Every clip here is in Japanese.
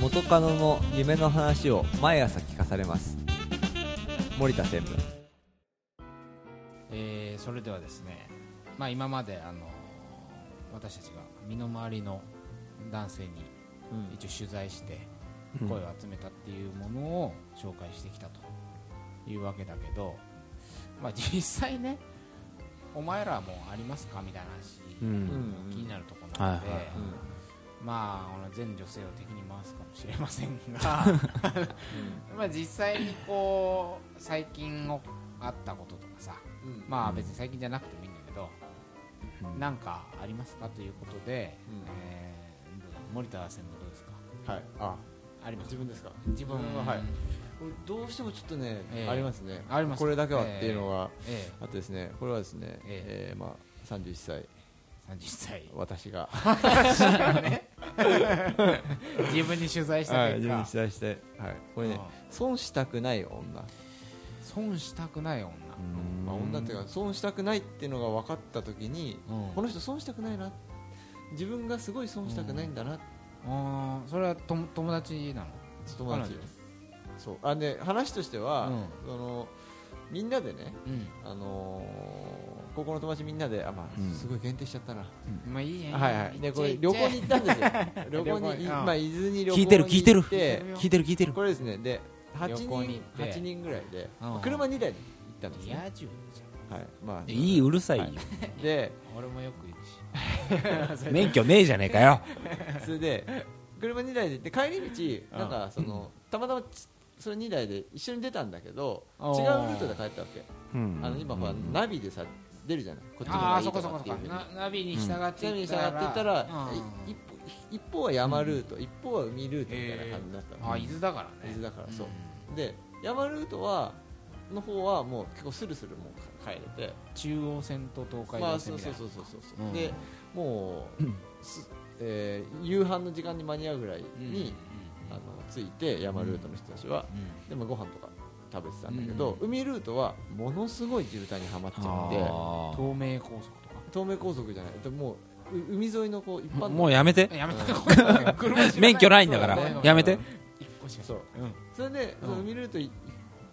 元カノの夢の話を毎朝聞かされます森田専務えーそれではですね、まあ、今まであの私たちが身の回りの男性に一応取材してうん声を集めたっていうものを紹介してきたというわけだけど、まあ、実際ねお前らはもうありますかみたいな話、うん気になるところなので、はいはいまあ、あの全女性を敵に回すかもしれませんが、 まあ実際にこう最近あったこととかさ、まあ別に最近じゃなくてもいいんだけど、なんかありますかということで、えー森田専務どうですかはい、ああります自分ですか自分自分ははいこれどうしてもちょっとね、ええありますねありますこれだけはっていうのが、えあとですねこれはですね、ええーまあ、31歳え30歳 私が、 自分に取材したはい、結果、自分に取材して、はい、これね損したくない女、うん損したくない女、まあ、女っていうか損したくないっていうのが分かった時に、うんこの人損したくないな自分がすごい損したくないんだな、あーそれはとも友達なの友達そうあで話としては、うんそのみんなでね、うんあのー高校の友達みんなであ、まあうんすごい限定しちゃったな、まあいいねはいはい、でこれ旅行に行ったんで すよ旅行に旅行まあ、伊豆に旅行に行って聞いてる聞いてるてるよ聞いてる聞いてるこれですねで8旅行に行人って八人ぐらいで、うん車2台で行ったんですいねやじゅうじはいまあいいうるさいよでゃん俺もよく行くし 免許ねえじゃねえかよそれで車2台で行って帰り道なんかそのたまたまつそれ2台で一緒に出たんだけど違あうールートで帰ったわけあの今ほらナビでさ出るじゃないこっちの方あがあいそいことそかこそっていうこふうになナビに従っちなみていにっ従ったらていったらうんい一歩一方は山ルート一方は海ルートみたいな感じだったのあー伊豆だから伊ね豆だからそうで山ルートはの方はもう結構スルスルもう帰れて中央線と東海ま道あ線そうみたそいうなそうそうそううんでもうすえー夕飯の時間に間に合うぐらいにあの着いて山ルートの人たちはでもご飯とか食べてたんだけど海ルートはものすごい渋滞にはまっちゃあ東名高速とって東名高速じゃないでもうう海沿いのこう一般ーのもうやめてかやめ た車知ら免許ないんだかそらうだねやめて一個しかそううんそれでその海ルート行っ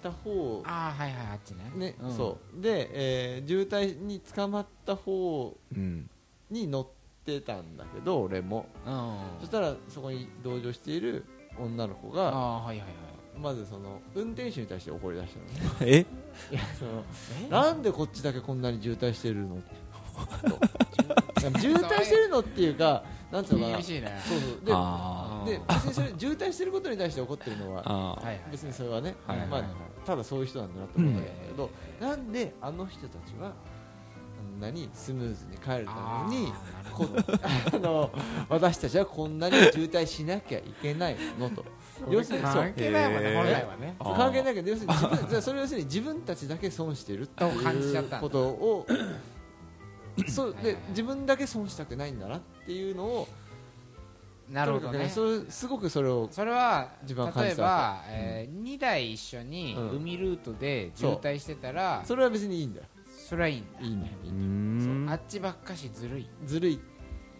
た方ああはいはいあっちねねんそうでえー渋滞に捕まった方うんに乗ってたんだけど俺もうんそしたらそこに同乗している女の子あがあはいはいはいまずその運転手に対して怒り出したのね えいやそのなんでこっちだけこんなに渋滞してるの といや渋滞してるのっていうかなんつうのかな厳そうしいねそうであーで別にそれ渋滞してることに対して怒ってるのはあはいはい別にそれはね、はいはいまはあい、ただそういう人なんだなと思うんだけど、うんなんであの人たちはあんなにスムーズに帰るためにあーなるほこ どあの私たちはこんなに渋滞しなきゃいけないのと要するにそう関係ないもんねへー本来はねあー関係ないけど要するに自分それ要するに自分たちだけ損してるってと感じちいゃうったんだことをそはういはいではい自分だけ損したくないんだなっていうのをなるほどとにねかくねそれすごくそれをそれは自分は感例えじたわば、えー、2台一緒にうん海ルートで渋滞してたら、そそれは別にいいんだよれはいいんだいいんだよいいんだようんあっちばっかしずるいずるいっ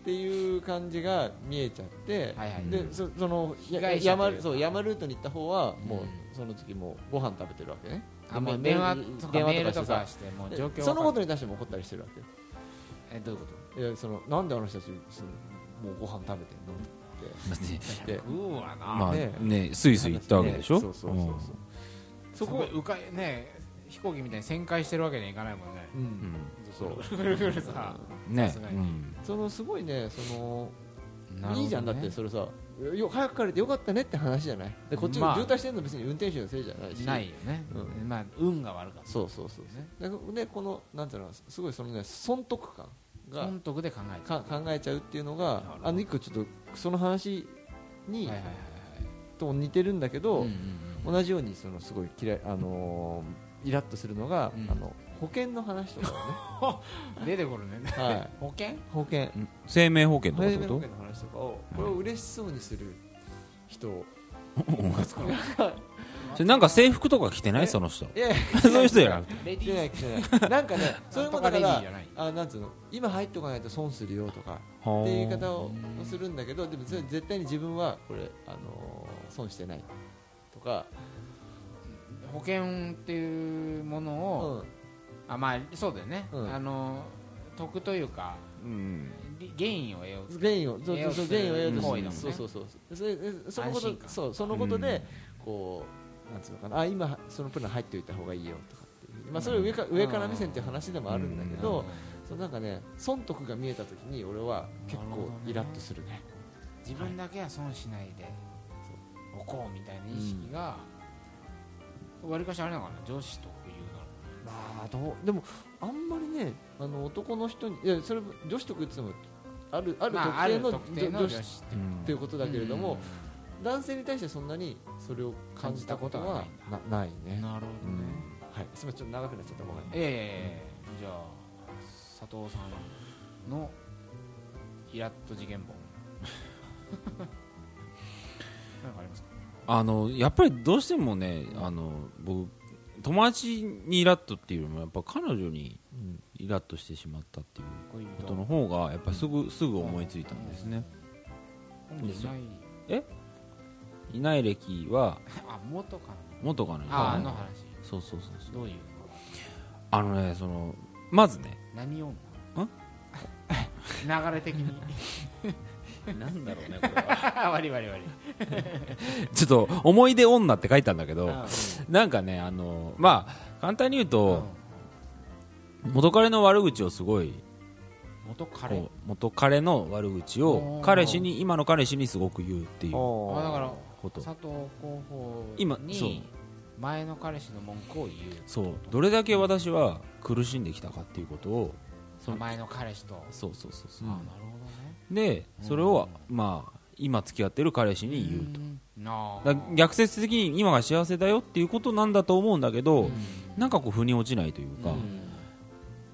ていう感じが見えちゃって、はいはいでそそのや被害者と山いうかそう山ルートに行った方はもう、うんその時もうご飯食べてるわけねあもうで電まあ話とかメ電話ーとルかとしてかさしてもう状況そのこととに対しても怒ったりしてるわけよえどういうこといやそのなんであの人たちそのもうご飯食べてんのってうわな、まあねねスイスイ行ったわけでしょそうそうそうそうそそここうかね飛行機みたいに旋回してるわけにはいかないもんねううんんそうぐるぐるさ、うんねさすがうにんそのすごいねそのなるほどねいいじゃんだってそれさよ早く帰れてよかったねって話じゃないでこっちまがあ渋滞してるの別に運転手のせいじゃないしないよね、うまあ運が悪かっそうそうそうそうででこのなんていうのすごいそのね損得感たが損得で考えてか考えちゃうっていうのがるほどあの一個ちょっとその話に、はいはいはいと似てるんだけど、はいうんうんうん同じようにそのすごい嫌いあのーイラッとするのが、うんあの保険の話とか出てくるねをね、はい、保険保険生命保険とかっ生て命こ保と険の話とかをこれを嬉しそうにする人をそれなんか制服とか着てないえその人いやいや そういう人じゃなくてレデ来ィてなーい来てないなんかねそれもなんだかとレディーらじゃないあなんつうの今入っておかないと損するよとかはあっていう言い方をするんだけどでもそれ絶対に自分はこれ、あの損してないとか、保険っていうものうを、んあまあそうだよね、うんあの得というかうん利ゲインを得よう原因をそう栄養そうする原因を得ようと行為だもんしねそうそうそうそれでそのこ安心と感そうそのことで、こうなんつうのかなあ今そのプラン入っておいた方がいいよとかっていう、まあ、それは上かうん上から目線っていう話でもあるんだけど、うんそのなんかね損得が見えた時に俺は結なるほ構どねイラッとするね自分だけは損しないでおこうみたいな意識が、わりかしあれなのかな上司というまあどうでもあんまりねあの男の人にいやそれ女子とか言ってもあるあるのまあある特特定定のの女上子司っっててていうことだけれども、うん男性に対してそんなにそれを感じたことはなないね、なるほどね、はい、すみませんちょっと長くなっちゃったごめえんえええじゃあ佐藤さんのイラッと事件 簿なんかありますかあのやっぱりどうしてもねあの僕友達にイラッとっていうよりもやっぱ彼女にイラッとしてしまったっていう恋こと人の方がやっぱすぐすぐ思いついたんですね本人いないいない歴はあ元かな元カノにああの話そうそうそうそうどういうあのねそのまずね何女 流れ的になんだろうねこれは割り割り割り ちょっと思い出女って書いたんだけうどんうんなんかねあのまあ簡単に言うと元彼の悪口をすごい元カレこう元彼の悪口おをー彼氏に今の彼氏にすごく言うっていうあだからこと佐藤候補今そうに前の彼氏の文句を言うそうどれだけ私は苦しんできたかっていうことをその前の彼氏と、そうそうそうそうああなるほどねでそれをまあ今付き合ってる彼氏に言うとうんあーだから逆説的に今が幸せだよっていうことなんだと思うんだけど、うんなんかこう腑に落ちないというか、うん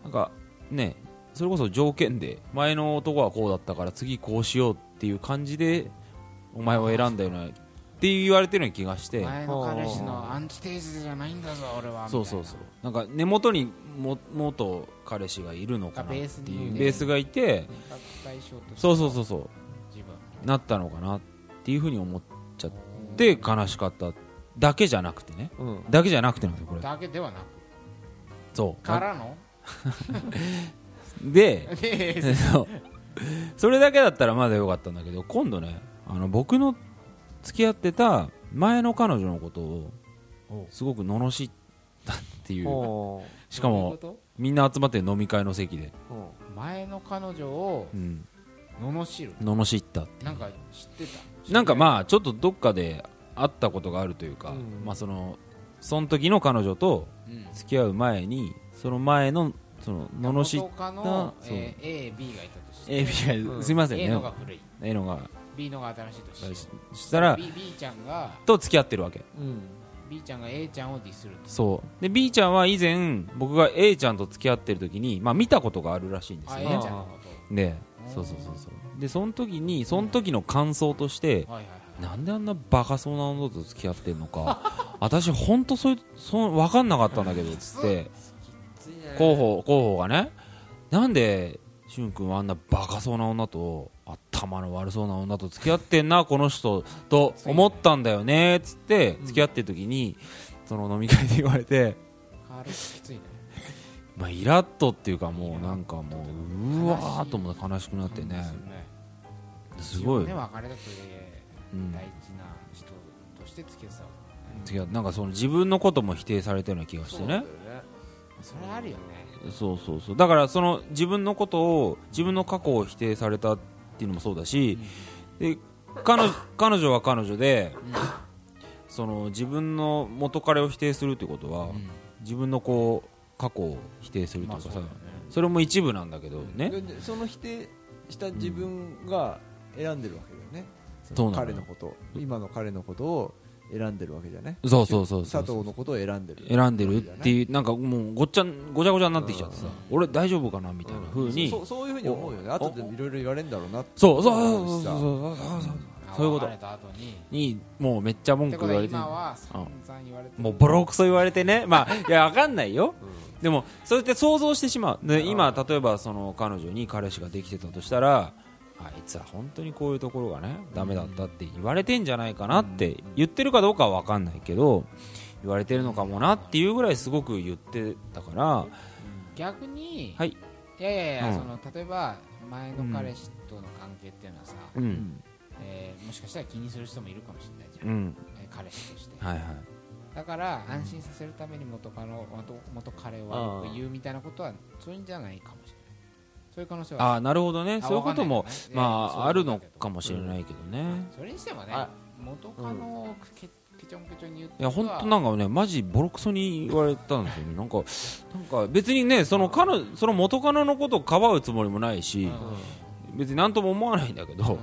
なんかねそれこそ条件で前の男はこうだったから次こうしようっていう感じでお前を選んだよなって言われてるような気がして前の彼氏のアンチテーゼじゃないんだぞ俺はそうそうそうみなんか根元にも元彼氏がいるのかなっていあベースにうねベースがいてたいな比較対象としてそうそうそうそ自分うなったのかなっていうふうに思っちゃって悲しかっただけじゃなくてねうんだけじゃなくてなんだよこれだけではなくそうからのででそうそれだけだったらまだ良かったんだけど今度ねあの僕の付き合ってた前の彼女のことをすごく罵ったっていうおー しかもどういうこみんな集まってる飲み会の席で、うんと前の彼女をうん、罵る罵ったなんか知ってたなんかまああちょっとどっかで会ったことがあるというか、うんまあそのその時の彼女と付き合う前にその前のその罵っったの、そうえー、AB がいたとして AB が、うん すいません A ねのが古い A のが B のが新しいとしてししたら B, B ちゃんがと付き合ってるわけ B ちゃんが A ちゃんをディスるとそうで B ちゃんは以前僕が A ちゃんと付き合ってる時に、まあ、見たことがあるらしいんですあよ A ねちゃんのこでそうそうそうそうでその時にその時の感想としてとはいはいはいなんであんなバカそうな女と付き合ってんのか私本当そういうそう分かんなかったんだけどつって候補候補がねなんでしゅん君はあんなバカそうな女と頭の悪そうな女と付き合ってんなこの人と思ったんだよねっつって付き合ってる時にその飲み会で言われて軽くきついねまあイラッとっていうかもうなんかもううわーっと思って悲しくなってねすごいね別れたとえうん大事な人として付き合ってたわ付き合ってなんかその自分のことも否定されたような気がしてねけそれあるよねそうそうそうだからその自分のことを自分の過去を否定されたっていうのもそうだし、で彼女彼女は彼女で、その自分の元彼を否定するってことは、自分のこう過去を否定するというかさ、だよねそれも一部なんだけどね、ででその否定した自分が選んでるわけだよね、そそのうなの彼のこと今の彼のことを選んでるわけじゃねそうそうそうそう佐藤のことを選んでる選んでるってういうなんかもうごっちゃんごちゃごちゃになってきちゃってさ、俺大丈夫かなみたいなふうに、そうそういうふうに思うよねお後でいろいろ言われるんだろうなってそうそうそうそうそうさそうそうそうそういうこと別れた後ににもうめっちゃ文って句ことは言われて今は散々言われてるもうボロクソ言われてね まあいやわかんないよでもそれって想像してしまうで今例えばその彼女に彼氏ができてたとしたらあいつは本当にこういうところがねダメだったって言われてんじゃないかなって言ってるかどうかは分かんないけど言われてるのかもなっていうぐらいすごく言ってたから逆に、はい、やいやいや、うんその例えば前の彼氏との関係っていうのはさ、うんえーもしかしたら気にする人もいるかもしれないじゃん、うんえー彼氏としてはいはいだから安心させるために元カノ元元彼あはー言うみたいなことはそういうんじゃないかもしれないそういう可能性はああなるほどねあそういうこともわかんないけどねまそうああるのかももしれないけどねそれにしてもねあ元カノをけけちょんけちょんに言っていや本当なんかねマジボロクソに言われたんですよねなんかなんか別にねその彼女その元カノのことをかばうつもりもないし別になんとも思わないんだけど、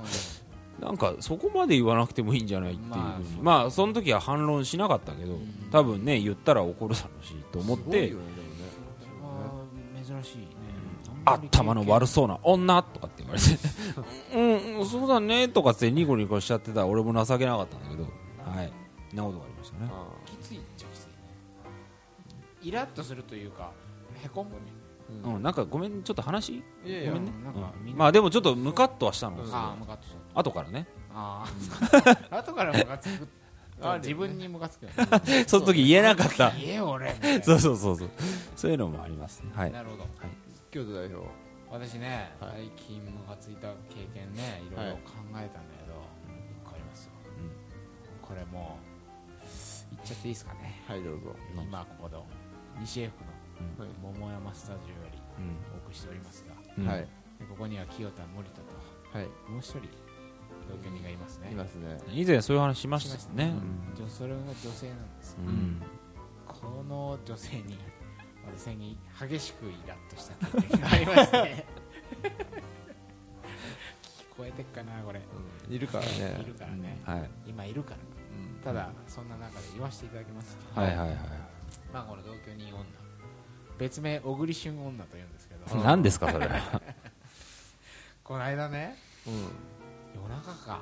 なんかそこまで言わなくてもいいんじゃないっていうふうにまあそうまあその時は反論しなかったけど多分ね言ったら怒るだろうしと思っすごいてよねでもね珍しいね頭の悪さそうな女とかって言われて うん、うん、そうだねとかってニコニコしちゃってたら俺も情けなかったんだけどはいそんなことがありましたねあきついっちゃきついねイラッとするというかへこむねーうんなんかごめんちょっと話うんいやいごやめんねなんかみんなまあでもちょっとムカッとはしたのうんああムカッとしちゃっ後から ねたあ あ後からムカつくあるよね自分にムカつくよねその時言えなかった言えよ俺みたいな そうそうそうそうそういうのもありますねはいなるほど京都代表私ねはい最近ムカついた経験ねいろいろ考えたんだけど一個ありますよこれもう言っちゃっていいですかねはいどうぞ今ここの西江福はのい桃山スタジオよりうんお送りしておりますがうんはいでここには清田森田とはいもう一人同居人がいますねいますね以前そういう話しましたねしま女それが女性なんですうんうんこの女性に私に激しくイラッとした経験がありまして聞こえてっかなこれうんいるからねいるからねはい今いるからうんただそんな中で言わせていただきますけどはいはいはまあこの同居人女別名小栗旬女と言うんですけいど何ですかそれこの間ねうん夜中か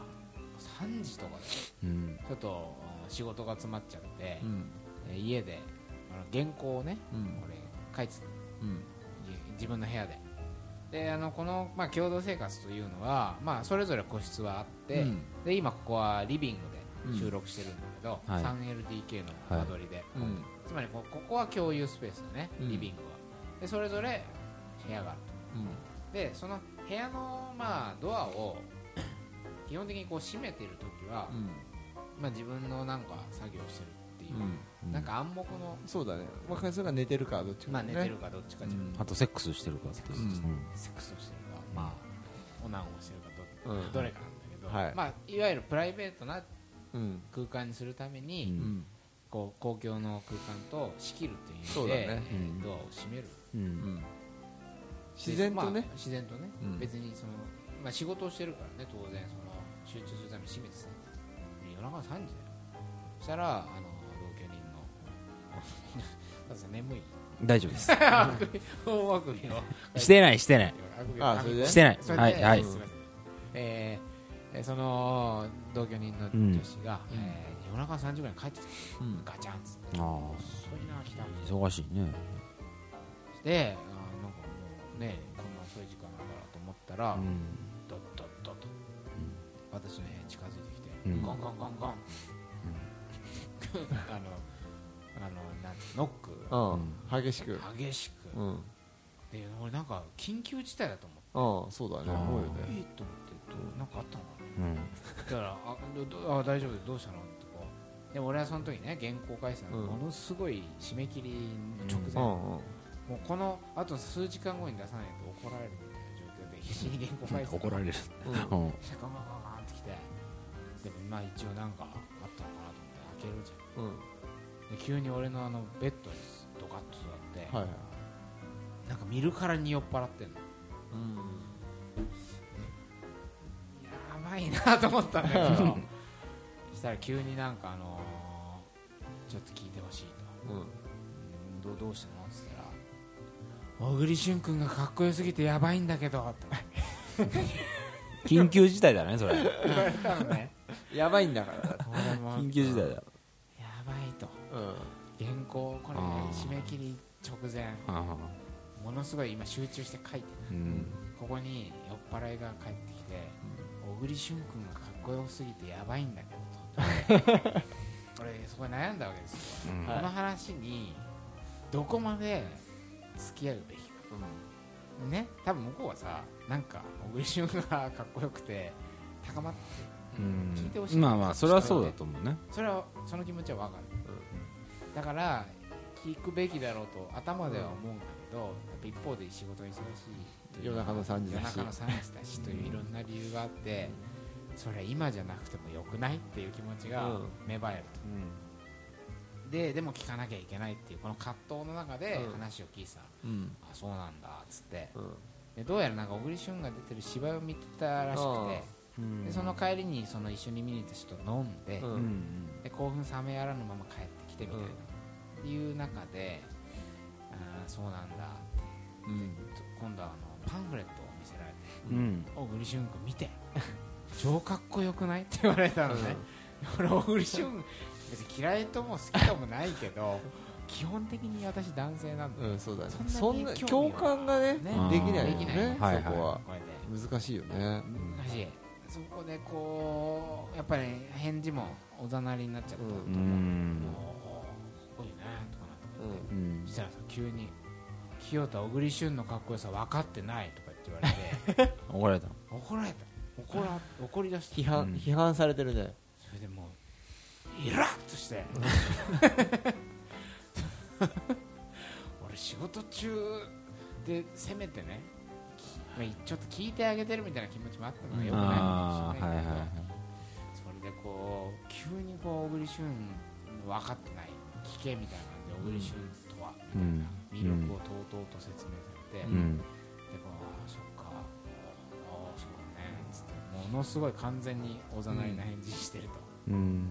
3時とかでち うんょっとうん仕事が詰まっちゃってう、んえ家であの原稿をねうん俺書いてたのうんじ自分の部屋でであのこの、まあ、共同生活というのは、まあ、それぞれ個室はあって、うんで今ここはリビングうんで収録してるんだけど、はい 3LDK の間取りで、うんつまりこここは共有スペースだねうんリビングは、でそれぞれ部屋があるうんとでその部屋の、まあ、ドア を基本的にこう閉めてる時は、まあ、自分のなんか作業してるっていうう、んなんか暗黙の、そうだねまあそれが寝てるかどっちかまあ、だ寝ねてるかどっちかじゃん、うんあとセックスしてるかっていううんうんセックスをしてるか、まあ、オナンをしてるかどっちかうんどれかなんだけど、はいまあ、いわゆるプライベートなうん空間にするために、うんうんこう公共の空間と仕切るっていう意そ味うで、だねえーうんドアを閉めるううんん自然とまあね自然とね、うん別にその、まあ、仕事をしてるからね当然その集中するために閉めてさで夜中の3時だよそしたらあの同居人の だってさ眠い大丈夫ですあくびあくびをしてないしてないあくびをあそれでしてないそれではいはいすいませんえーえーその同居人の女子が、うんえー夜中3時ぐらいに帰ってきたうんガチャンっつってああ遅いな来たん忙しいねであーなんかもうねこんな遅い時間だからと思ったら、うんドッドッドッと、私の部屋に近づいてきて、うんゴンゴンゴンゴン、 あのあのなんノッうん激しくク激しく、うんで俺なんか緊急事態だと思ってああそうだねああ思うよえねーっと思ってどうなんかあったのかなうだんからあどどあ大丈夫ですどうしたのってこうでも俺はその時ね原稿返したの、うんものすごい締め切り直う前、もんうんうこのあと数時間後に出さないと怒られるみたいな状況で必死に原稿返した怒られるうんうんシャカンガンガンガンってきてでもまあ一応なんかあったのかなと思って開けるじゃうんんで急に俺のあのベッドにドカッと座って、はいはいなんか見るからに酔っ払ってんのうんやばいなと思ったんだけどしたら急になんかあのーちょっと聞いてほしいと。うんどうどうしたのって言ったら小栗旬君がかっこよすぎてやばいんだけどって緊急事態だねそれ 言われたのねやばいんだから俺も緊急事態だやばいとうん原稿これあー締め切り直前ああものすごい今集中して書いてるうんここに酔っ払いが帰ってきてで小栗旬君がかっこよすぎてやばいんだけ どと俺そこで悩んだわけですようんこの話にどこまで付き合うべきか、ね多分向こうはさなんか小栗旬がかっこよくて高まってうん聞いてほしいまあまあそれはそうだと思うねそれはその気持ちはわかる、だから聞くべきだろうと頭では思うんだけど、やっぱ一方で仕事が忙しいという夜中の3時だし夜中の3時だしといういろんな理由があって、それは今じゃなくてもよくないっていう気持ちが芽生えると、ででも聞かなきゃいけないっていうこの葛藤の中でうん話を聞いてたの、うんあそうなんだっつってうんでどうやらなんか小栗旬が出てる芝居を見てたらしくてでその帰りにその一緒に見に行った人と飲んで、うんうんうんで興奮冷めやらぬまま帰ってきてみたいな、っていう中でああそうなんだうん今度はあのパンフレットを見せられてうん「小栗旬君見て超かっこよくない?」って言われたのね、俺小栗旬別に嫌いとも好きともないけど基本的に私男性なんだうんそうだねそそんんななに興味共は感がねねできないできないよねはいはいそこはこれで難しいよね難しいそこでこうやっぱり返事もおざなりになっちゃったと思う、、ううんんおーかっこいいねとかなってうんうんそしたらさ急に「清田小栗旬のかっこよさ分かってない」とかって言われて 怒られた怒られた怒ら怒り出して批判批判されてるねそれでもうイラッとして 俺仕事中でせめてねきまあちょっと聞いてあげてるみたいな気持ちもあったのがよくないかもあしあれはないいけはいど、はいそれでこう急にこう小栗旬分かってない聞けみたいな感じで小栗旬とはみたいな魅力をとうとうと説明されて、うでんこうああそっかああそうだねつってものすごい完全におざなりな返事してると、うん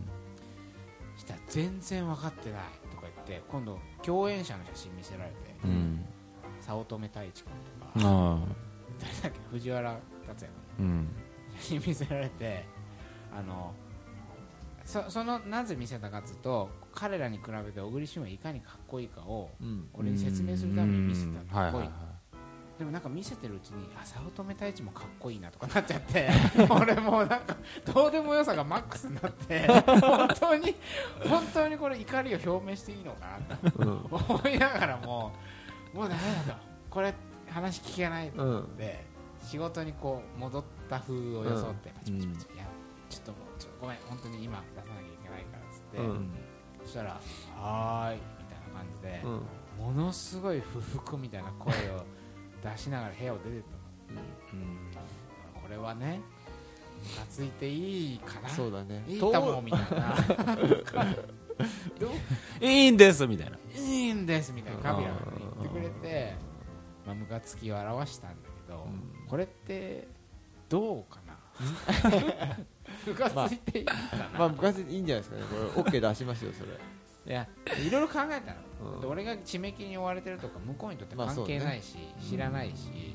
したら全然分かってないとか言って今度共演者の写真見せられて、うん早乙女太一君とか、ああ誰だっけ藤原達也君うん写真見せられてあのそそのなぜ見せたかっつうと彼らに比べて小栗旬はいかにかっこいいかをうん俺に説明するために見せたうんはかっいこはいいはいでもなんか見せてるうちにあ早乙女太一もかっこいいなとかなっちゃって 俺もうなんかどうでもよさがマックスになって本当に本当にこれ怒りを表明していいのかなとうん思いながらももうダメだとこれ話聞けないとうんで仕事にこう戻った風を装ってパチパチパチ、いやちょっともうちょっとごめん本当に今出さなきゃいけないからっつって、うんそしたら「はーい」みたいな感じでう、んものすごい不服みたいな声を出しながら部屋を出てったのこれはねムカついていいかなそうだねいいとと思うみたいないいんですみたいないいんですみたいなカビラが言ってくれて、まあ、ムカつきを表したんだけど、うんこれってどうかな ムカついていいかな、まあ昔いいんじゃないですかね これ OK 出しますよそれいやいろいろ考えたの、うんで俺が締め切りに追われてるとか向こうにとってまあ関係そうねないし、知らないし、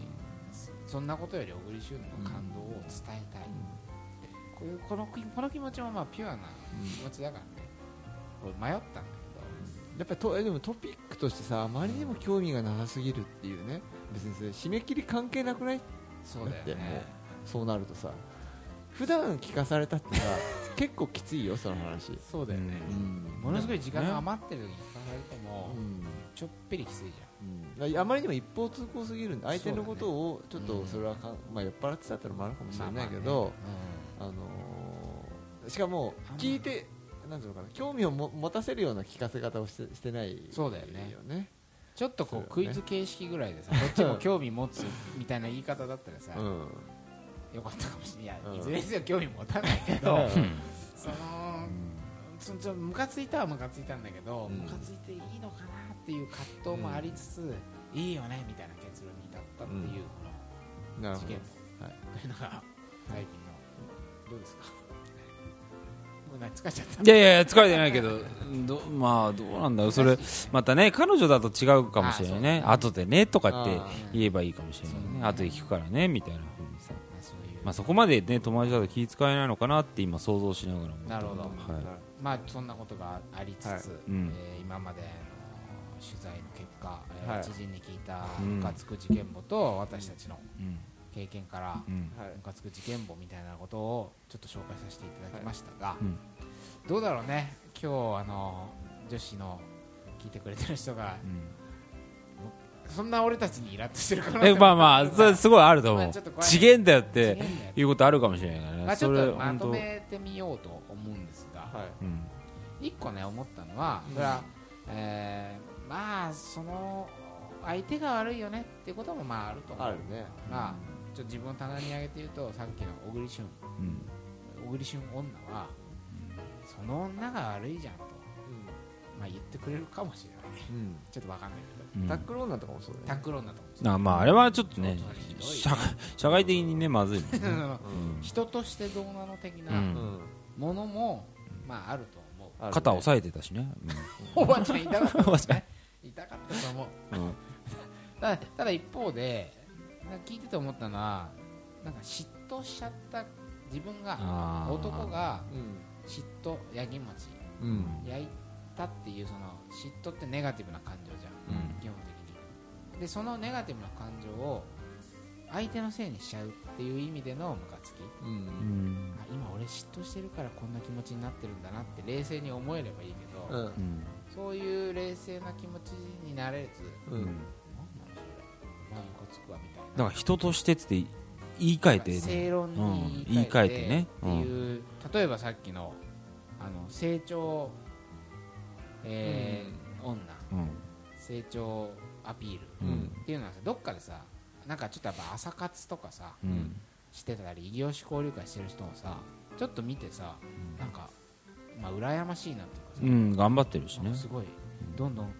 そそんなことより小栗旬の感動を伝えたい、こういうこの気この気持ちもまあピュアな気持ちだからね、俺迷ったんだやっぱりとえでもトピックとしてさあまりにも興味がなさすぎるっていうね別にそれ締め切り関係なくないけどそうだよだってもねうそうなるとさ普段聞かされたっ てさ結構きついよその話そうだよね、うんものすごい時間が余ってる時に考えても、うんちょっぴりきついじゃんうんあまりにも一方通行すぎるんで相手のことをちょっそうだとねそれはかん、まあ、酔っ払ってたってのもあるかもしれないけまあまあど、あのーしかもあんま聞いてなんていうのかな興味をも持たせるような聞かせ方をしてしてないそうだよねよねちょっとこう、そうクよねイズ形式ぐらいでさどっちも興味持つみたいな言い方だったらさ、 うんよかったかもしれないいやうんいずれにせよ興味持たないけど、うんそのそちょムカついたはムカついたんだけど、うんムカついていいのかなっていう葛藤もありつつ、いいよねみたいな結論に至ったっていう、うんなこるのほ事ど件も、はいというのが最近のどうですかもう何疲れちゃったいやいや疲れてないけどどまあどうなんだよそれまたね彼女だと違うかもしれないねあ後でねとかってあ言えばいいかもしれないそうねね後で聞くからねみたいなふうにさまあそういうまあそこまでね友達だと気遣えないのかなって今想像しながら思ったなるほどはいまあそんなことがありつつ、はいうんえー今までの取材の結果、えーはい知人に聞いたうんムカつく事件簿と私たちのうん経験からうんはいムカつく事件簿みたいなことをちょっと紹介させていただきましたが、うんどうだろうね今日あの女子の聞いてくれてる人がそんな俺たちにイラッとしてるからえまあまあそれすごいあるとま思あうちょっと怖いちげんだよって違うんだよいうことあるかもしれないからね、まあ、ちそょっれとま本当とめてみようと思うんですがはいうん一個ね思ったのはそれは、えーまあその相手が悪いよねっていうこともまああると思うあるねまあちょっと自分を棚に上げて言うとさっきの小栗旬うん小栗旬女は、その女が悪いじゃんと、まあ、言ってくれるかもしれないうんちょっとわかんないけどうんタックル女とかもそうだタッねクロンだと思うんですよあまああれはちょっとねちょっとひどい社会社会的にねまずいもんねう ん人としてどうなの的うなんうんものも、まああると思あるね肩押さえてたしね、うおばあちゃん痛かったですね痛かったと思ううんうんただただ一方でなんか聞いてて思ったのはなんか嫉妬しちゃった自分があー男がうん嫉妬やぎもちうん焼いたっていうその嫉妬ってネガティブな感情じゃんうん基本的にでそのネガティブな感情を相手のせいにしちゃうっていう意味でのムカつきううんんあ今俺嫉妬してるからこんな気持ちになってるんだなって冷静に思えればいいけど、うんうんそういう冷静な気持ちになれずううんん何なのそれまあムカつくわみたいなだから人としてっつって言い換えて正論にうん言い換えてねっていう、例えばさっきのあの成長、えー女うん成長アピールううんんっていうのはさどっかでさなんかちょっとやっぱ朝活とかさ、うんしてたり異業種交流会してる人をさちょっと見てさ、なんか、まあ、羨ましいなっていうかさ、うん頑張ってるしねなんかすごいどんどん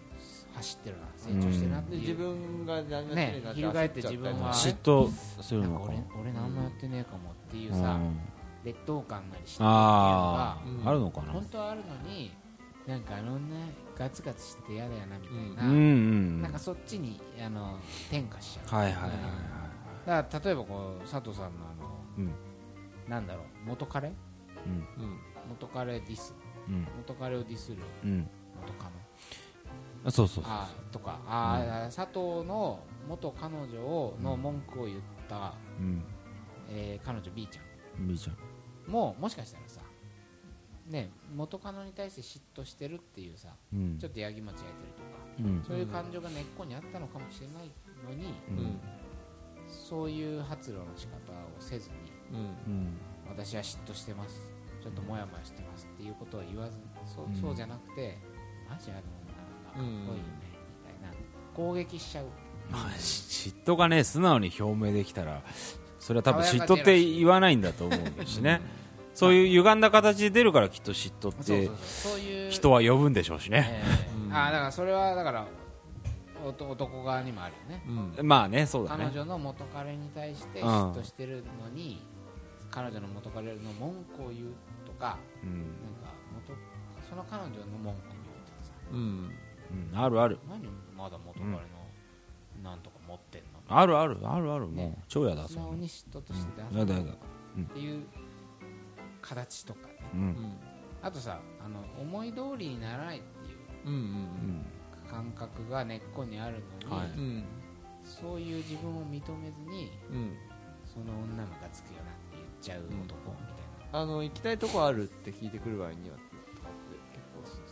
走ってるな成長してるなってでいう、自分が何もしねてないな翻って焦ち自ゃたり分とはか嫉妬するなんのかか俺俺何もやってねえかもっていううさ、ん劣等感なりしてるっていうのがあうんああるのかな本当はあるのになんかあの女ガツガツして嫌だよなみたいな、うんうんなんかそっちにあの転化しちゃうはいはいはいはいだから例えばこう佐藤さんのあの、うんなんだろう元彼うんうん元彼ディスうん元彼をディスるうん元カノあそうそうそうあーとかあー、佐藤の元彼女をの文句を言った、うんえー彼女 B ちゃみーちゃんんももしかしたらさね元カノに対して嫉妬してるっていうさうんちょっとヤギもち焼いてるとかうんそういう感情が根っこにあったのかもしれないのに、うんうんそういう発露の仕方をせずにうんうん私は嫉妬してますちょっとモヤモヤしてますっていうことを言わずそう,、うんそうじゃなくてマジあの女の子かっこいいよねみたいな攻撃しちゃうまあし嫉妬がね素直に表明できたらそれは多分嫉妬って言わないんだと思うしね そういう歪んだ形で出るからきっと嫉妬っそうてそうそうそういう人は呼ぶんでしょうしねえーあーだからそれはだからおと男側にもあるよねうんまあねそうだ彼ね女の元彼に対してうん嫉妬してるのに、彼女の元彼の文句を言うとかうんなんか元その彼女の文句を言うとかさうんうんあるある何まだ元彼のなんとか持ってんの、あるあるあるあるもうね超やだ素そ直んなに嫉妬として出やすだやだっていう形とかねううんんあとさあの思い通りにならないっていううんうん感覚が根っこにあるのに、はいうんうんそういう自分を認めずにうんその女ムカつくよなって言っちゃう男みたいな、あの行きたいとこあるって聞いてくる場合にはって結構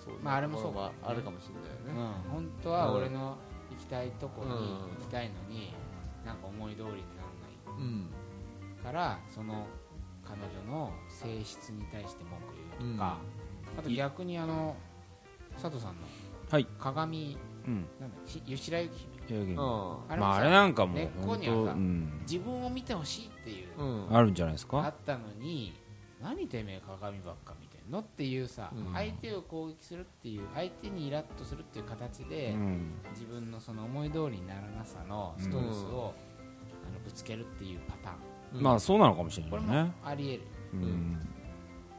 そういうまああれもそうところはあるかもしれないよねうん、本当は俺の行きたいとこにうん行きたいのに、なんか思い通りにならないうんからその彼女の性質に対して文句言うとか、あと逆にあの佐藤さんのはい鏡うんなんだひ吉良由紀姫いやいやうんあれまもあさあれなんかも根っうこ本に当はさうん自分を見てほしいっていう、うんあるんじゃないですあかったのに何てめえ鏡ばっか見てんのっていうさ、うん相手を攻撃するっていう相手にイラッとするっていう形うで、ん自分のその思い通りにならなさのストレスを、あのぶつけるっていうパターンまあそうなのかもしれこなれいもねありえる、うん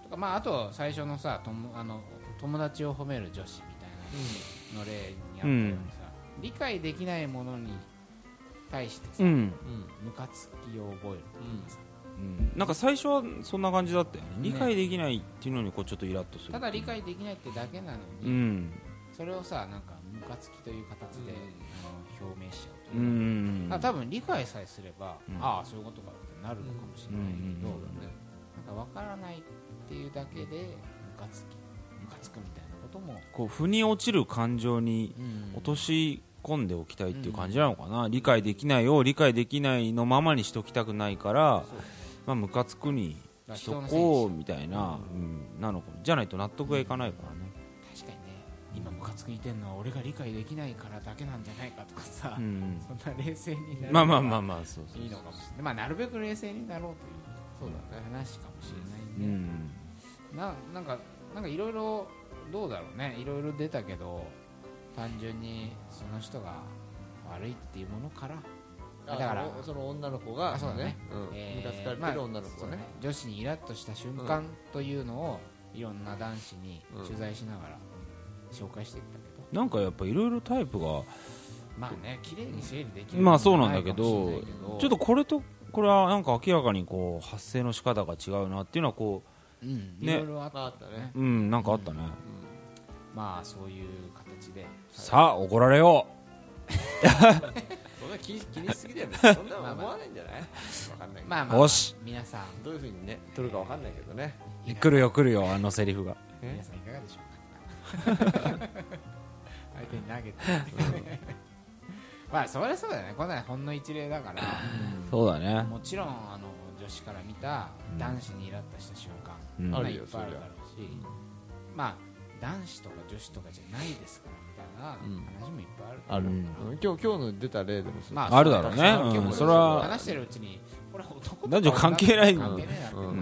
とかまあ、あと最初のさともあの友達を褒める女子みたいなの例にあったようにさ、理解できないものに対してさ、うんうんムカつきを覚えるうんなんか最初はそんな感じだったよね理解できないっていうのにこうちょっとイラッとするただ理解できないってだけなのうに、んそれをさなんかムカつきという形で、あの表明しちゃうといううかんあ多分理解さえすれば、うんああそういうことかってなるのかもしれないけど、うんうんうんなんか分からないっていうだけでムカつきムカつくみたいなことも、こう腑に落ちる感情に落とし込んでおきたいっていう感じなのかな、理解できないを理解できないのままにしときたくないからそうまあムカつくにしと人のせいにこうしみたいな、うんなのかもじゃないと納得がいかないからね、確かにね今ムカつくいてんのは俺が理解できないからだけなんじゃないかとかさ、うんそんな冷静になるまあまあまあまあそうそういいのかもしれない、まあ、なるべく冷静になろうというそうだね話かもしれないね、うんななんかなんかいろいろどうだろうねいろいろ出たけど単純にその人が悪いっていうものから、あだからそのその女の子があそうだねうんえームカつかれまてある女の子そうがだね女子にイラッとした瞬間というのを、いろんな男子に取材しながら紹介していったけど、なんかやっぱいろいろタイプがまあね綺麗に整理できるまあそうなんだなけどいかもしれないけどちょっと、これとこれはなんか明らかにこう発声の仕方が違うなっていうのはこうん、いねろいろあっまああったねううんなんかあったね、まあそういう形でさあ怒られようそんな気気にしすぎだよ ねそんなの思わないんじゃないわかんないけどまあまあ、まよあし、皆さんどういうふうにね取るかわかんないけどね来るよ来るよあのセリフがえ皆さんいかがでしょうか相手に投げて まあそりゃそうだよねこんなのほんの一例だからそうだねもちろんあの女子から見た男子にイラッとした瞬間、うんまああ、るいっよぱいあるだろうしまあ男子とか女子とかじゃないですからみたいな話もいっぱいある、ある、ううんん、今日今日の出た例でもそうまあるだろうねそううん今日それは話してるうちにこれ男とか男女関係ない関係ないなってなったから、はい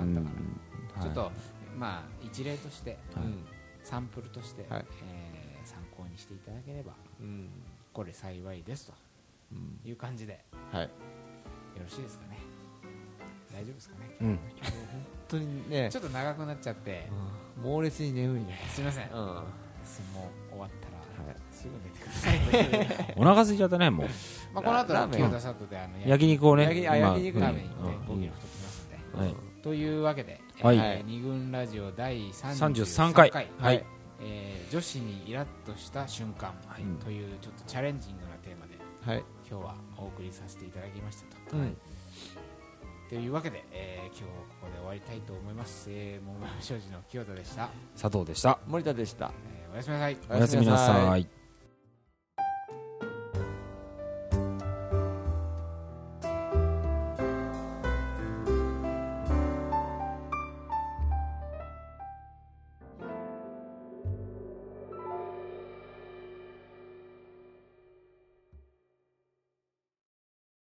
ちょっと、まあ一例としてうんサンプルとして、はいえー参考にしていただければうんこれ幸いですうんという感じでよはいろしいですかね大丈夫ですかねうん本当にねちょっと長くなっちゃってうん猛烈に眠いねすいませんうんはすもう終わったらいすぐ寝てくださいという お腹空いちゃったねもうまあこの後ララーーメメンンを出さであの焼肉をね焼きあ今焼肉うんラーメン行ってう5んキロ太ってますんではいというわけではいえー二軍ラジオ第33 33回回はいえー女子にイラッとした瞬間というちょっとチャレンジングなテーマではい今日はお送りさせていただきましたと。うんというわけで、えー今日ここで終わりたいと思います。えー、桃山商事の清田でした、佐藤でした森田でしたえーおやすみなさい。おやすみなおやすみなささい